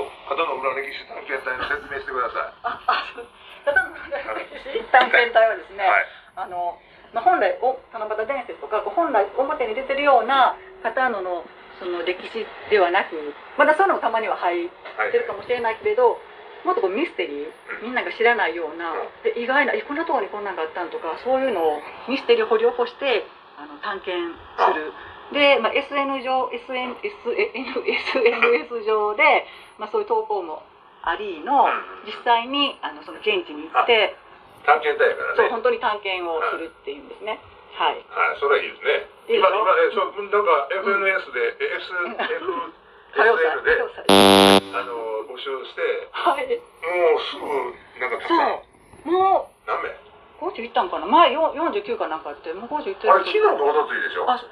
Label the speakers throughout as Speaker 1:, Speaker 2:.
Speaker 1: ブラの歴史探検隊の説明してください。
Speaker 2: ああそう七夕の探検隊はですね、
Speaker 1: はい。
Speaker 2: あのまあ、本来お七夕伝説とかこう本来表に出てるような方ののその歴史ではなくまだそういうのもたまには入っ
Speaker 1: はい。
Speaker 2: てるかもしれないけれどもっとこうミステリーみんなが知らないようなで意外なえこんなところにこんなんがあったんとかそういうのをミステリーを掘り起こしてあの探検する。で、まあ、SN 上 SN SNS 上で、まあ、そういう投稿もありの実際にあのその現地に行って。
Speaker 1: 探検隊やから
Speaker 2: そう
Speaker 1: ね。
Speaker 2: 本当に探検をするっていうんですね。はい。
Speaker 1: はい、それはいいですね。
Speaker 2: いいでし
Speaker 1: 今、
Speaker 2: ょ
Speaker 1: 今ね、そう、なんか FNS で、S、F、
Speaker 2: 火曜
Speaker 1: SL で、
Speaker 2: さん。火曜さん
Speaker 1: あの、募集して、
Speaker 2: はい。
Speaker 1: もうすぐ、なんかたくさん、
Speaker 2: そう。も
Speaker 1: 何名
Speaker 2: う50いったんかな。前よ49かなんかあって、もう50いってる。
Speaker 1: あれ、昨日とおとついでしょ
Speaker 2: あ、昨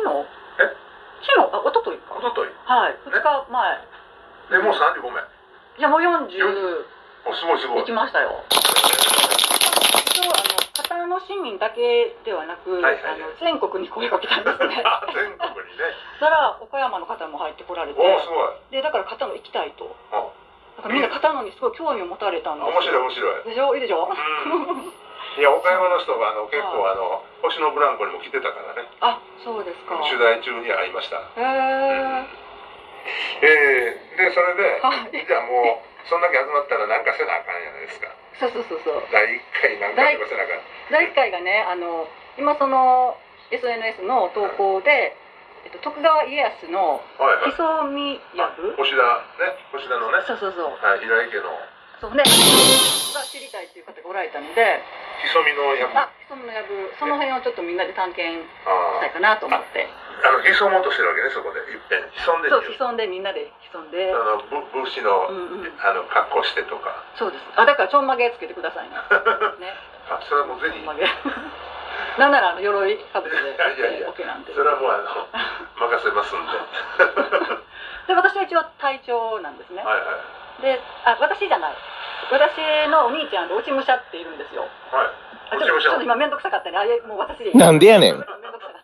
Speaker 2: 日
Speaker 1: え
Speaker 2: 昨日あ、おととい
Speaker 1: お
Speaker 2: か。
Speaker 1: ととい。
Speaker 2: はい。2日前。
Speaker 1: で、もう35名。
Speaker 2: じゃあもう40
Speaker 1: お、すごいすごい。
Speaker 2: いきましたよ。そうあの片野市民だけではなく、
Speaker 1: はいはいはい
Speaker 2: あの全国に声かけたんですね。
Speaker 1: あ 全国にね。
Speaker 2: だから岡山の方も入ってこられて、
Speaker 1: おーすごい。
Speaker 2: でだから片野行きたいと。
Speaker 1: あ、
Speaker 2: なんかみんな片野にすごい興味を持たれたんですよ。
Speaker 1: 面白い面白い。
Speaker 2: でしょいいでしょ
Speaker 1: うん。いや、岡山の人が、あの、結構、あの、星のブランコにも来てたからね。
Speaker 2: あ、そうですか。
Speaker 1: 取材中に会いました。
Speaker 2: へえ。
Speaker 1: えー、で、それで、
Speaker 2: はい。
Speaker 1: じゃあもう、そんだけ集まったらなんかせなあかんじゃないですか。
Speaker 2: そうそうそうそう。
Speaker 1: 第1回なんかとかせなあかん。
Speaker 2: 第一回がね、あの今その SNS の投稿で、えっと徳川家康の
Speaker 1: はいはい。
Speaker 2: 磯見役。
Speaker 1: 星田、ね、星田のね、
Speaker 2: そうそうそう。
Speaker 1: はい、平井家の、
Speaker 2: そうね。が知りたいっていう方がおられたので、
Speaker 1: 潜みの役。あ
Speaker 2: あ、磯見の役、その辺をちょっとみんなで探検したい
Speaker 1: あ
Speaker 2: かなと思って。
Speaker 1: あの、潜もうとしてるわけね、そこで。いっぺん、潜んで
Speaker 2: そう
Speaker 1: る、
Speaker 2: 潜んでみんなで潜んで。
Speaker 1: あの、ぶ武士
Speaker 2: う
Speaker 1: の、
Speaker 2: んうん。
Speaker 1: あの、格好してとか。
Speaker 2: そうです。あ、だからちょんまげつけてくだ さいね。ね。
Speaker 1: あ、それはもうぜひ、
Speaker 2: 曲げなんならあの鎧かぶって
Speaker 1: いやいやいや
Speaker 2: OK なんで
Speaker 1: それはもうあの、 任せますんで。は
Speaker 2: で私は一応隊長なんですね、
Speaker 1: いは
Speaker 2: であ私じゃない私のお兄ちゃんで落ち武者っているんですよ
Speaker 1: い。はい。
Speaker 2: あち
Speaker 1: 落
Speaker 2: ょっと
Speaker 1: ち武者
Speaker 2: ちょっと今面倒くさかったねあいやもう私でいい
Speaker 3: なんでやねん
Speaker 2: めんどくさかっ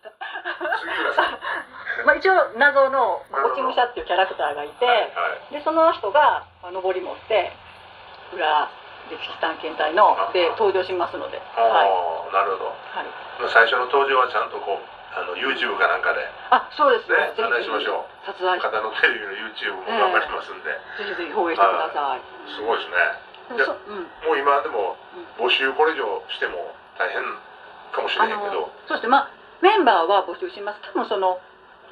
Speaker 2: た
Speaker 1: 杉浦さん。は
Speaker 2: まあ一応謎のまあ落ち武者っていうキャラクターがいて
Speaker 1: いはい。
Speaker 2: でその人がまあ上り持って裏歴史探検隊ので登場しますのではい、
Speaker 1: ああ、なるほ
Speaker 2: はい、
Speaker 1: ど。最初の登場はちゃんとこう、あの、YouTube かなんかで、
Speaker 2: あそうです
Speaker 1: ね、
Speaker 2: ぜ
Speaker 1: 案内し
Speaker 2: ひ
Speaker 1: ましょう。
Speaker 2: 撮影
Speaker 1: 方のテレビの YouTube も頑張りますんで、
Speaker 2: ぜひぜひ放映してください。
Speaker 1: すごいですね。
Speaker 2: でもそう
Speaker 1: もう
Speaker 2: ん、
Speaker 1: 今でも募集これ以上しても大変かもし
Speaker 2: あ
Speaker 1: れへんけ
Speaker 2: の
Speaker 1: ど、
Speaker 2: そしてまあメンバーは募集します。多分その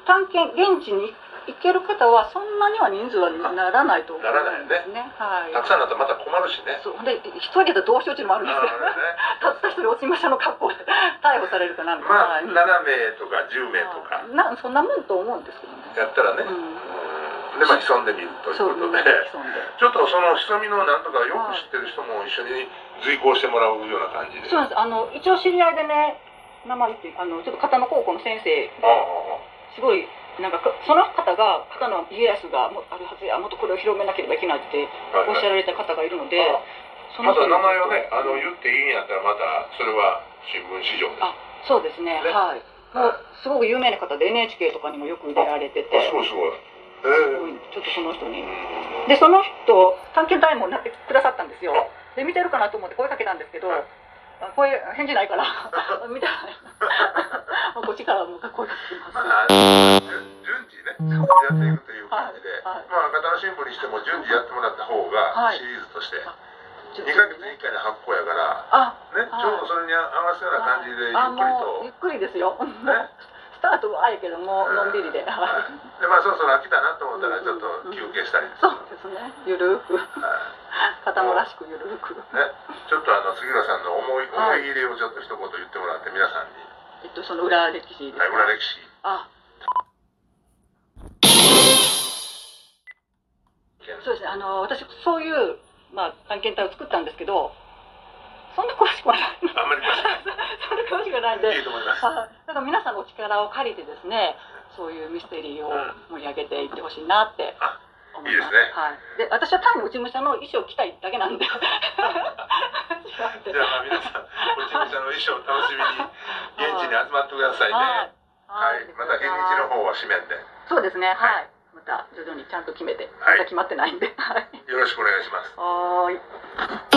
Speaker 2: 探検現地に行ける方はそんなには人数はならないと思うん
Speaker 1: ならないよね
Speaker 2: ですね。はい。
Speaker 1: たくさんだとまた困るし ね。
Speaker 2: そうで一人だとどうしようっていうのもあるんですよ。
Speaker 1: あ
Speaker 2: たった一人落ち武者の格好で逮捕されるかな
Speaker 1: の
Speaker 2: ん
Speaker 1: ねま
Speaker 2: か。は
Speaker 1: あ、
Speaker 2: い
Speaker 1: 7名とか10名とか
Speaker 2: なそんなもんと思うんですけどね。
Speaker 1: やったらね、
Speaker 2: う
Speaker 1: うんで、まあ、潜んでみると
Speaker 2: ん。
Speaker 1: い
Speaker 2: そう
Speaker 1: う
Speaker 2: み
Speaker 1: こ
Speaker 2: ん
Speaker 1: と
Speaker 2: な
Speaker 1: で
Speaker 2: で、潜んで。
Speaker 1: ちょっとその潜みのなんとかよく知ってる人も一緒に随行してもらうような感じで。
Speaker 2: そうなんです。あの一応知り合いでね。名前言っていいあのちょっと片野高校の先生
Speaker 1: ああ
Speaker 2: すごいなんかかその方が片野家康がもあるはずやもっとこれを広めなければいけないって
Speaker 1: ああ
Speaker 2: おっし
Speaker 1: はいはい
Speaker 2: ゃられた方がいるので、
Speaker 1: ああ
Speaker 2: そ
Speaker 1: ま
Speaker 2: の人
Speaker 1: た
Speaker 2: に
Speaker 1: 名前をね、あの言っていいんやったら、またそれは新聞市場で。
Speaker 2: あそうですね
Speaker 1: ね
Speaker 2: はいも
Speaker 1: はいう
Speaker 2: すごく有名な方で NHK とかにもよく出られてて
Speaker 1: あ、すごいすごい。え
Speaker 2: すご
Speaker 1: え
Speaker 2: いちょっとその人に
Speaker 1: うん
Speaker 2: でその人探検隊もなってくださったんですよ
Speaker 1: あ
Speaker 2: で見てるかなと思って声かけたんですけど、
Speaker 1: はい
Speaker 2: あ声返事ない から見てないもうこっちからもう声かけてます
Speaker 1: まあ、順次ね、やっていくという感じで、
Speaker 2: はいはい
Speaker 1: まあ、片野新聞にしても順次やってもらった方
Speaker 2: は
Speaker 1: が、
Speaker 2: い
Speaker 1: シリーズとして、
Speaker 2: あちょっ
Speaker 1: 2
Speaker 2: と
Speaker 1: ヶ月に1回の発行やから、
Speaker 2: あ
Speaker 1: ね、
Speaker 2: はい
Speaker 1: ちょうどそれに合わせような感じで、ゆ
Speaker 2: あ
Speaker 1: っくり
Speaker 2: もうゆっくりですよ、
Speaker 1: と、ね、
Speaker 2: スタートはあれけどものんびりで、はい
Speaker 1: で、まあ、そろそろ飽きたなと思ったら、ちょっと休憩したり、
Speaker 2: そうですねゆるーく
Speaker 1: はい
Speaker 2: 片野らしくゆるーく
Speaker 1: ね、ちょっとあの杉浦さんの思い思
Speaker 2: はい
Speaker 1: い入れをちょっと一言言ってもらって、皆さんに、
Speaker 2: えっとその裏歴史です
Speaker 1: はい裏歴史、
Speaker 2: あそうですねあの私そういう、まあ、探検隊を作ったんですけどそんな詳しくはない そん
Speaker 1: あんまり詳しくない
Speaker 2: な詳しくはないんで
Speaker 1: いいと思います。
Speaker 2: はいなんか皆さんのお力を借りてですねそういうミステリーを盛り上げていってほしいなって
Speaker 1: あ
Speaker 2: 思います
Speaker 1: いいですね
Speaker 2: はい、で私は単に落ち武者の衣装を着たいだけ なんで 違って
Speaker 1: じゃあ、皆さん、落ち武者の衣装を楽しみに、現地に集まってくださいね。
Speaker 2: はい
Speaker 1: はい、また現日の方は紙面で。
Speaker 2: そうですね、はい。また徐々にちゃんと決めて、
Speaker 1: はい
Speaker 2: まだ決まってないんではい
Speaker 1: よろしくお願いします。
Speaker 2: はーい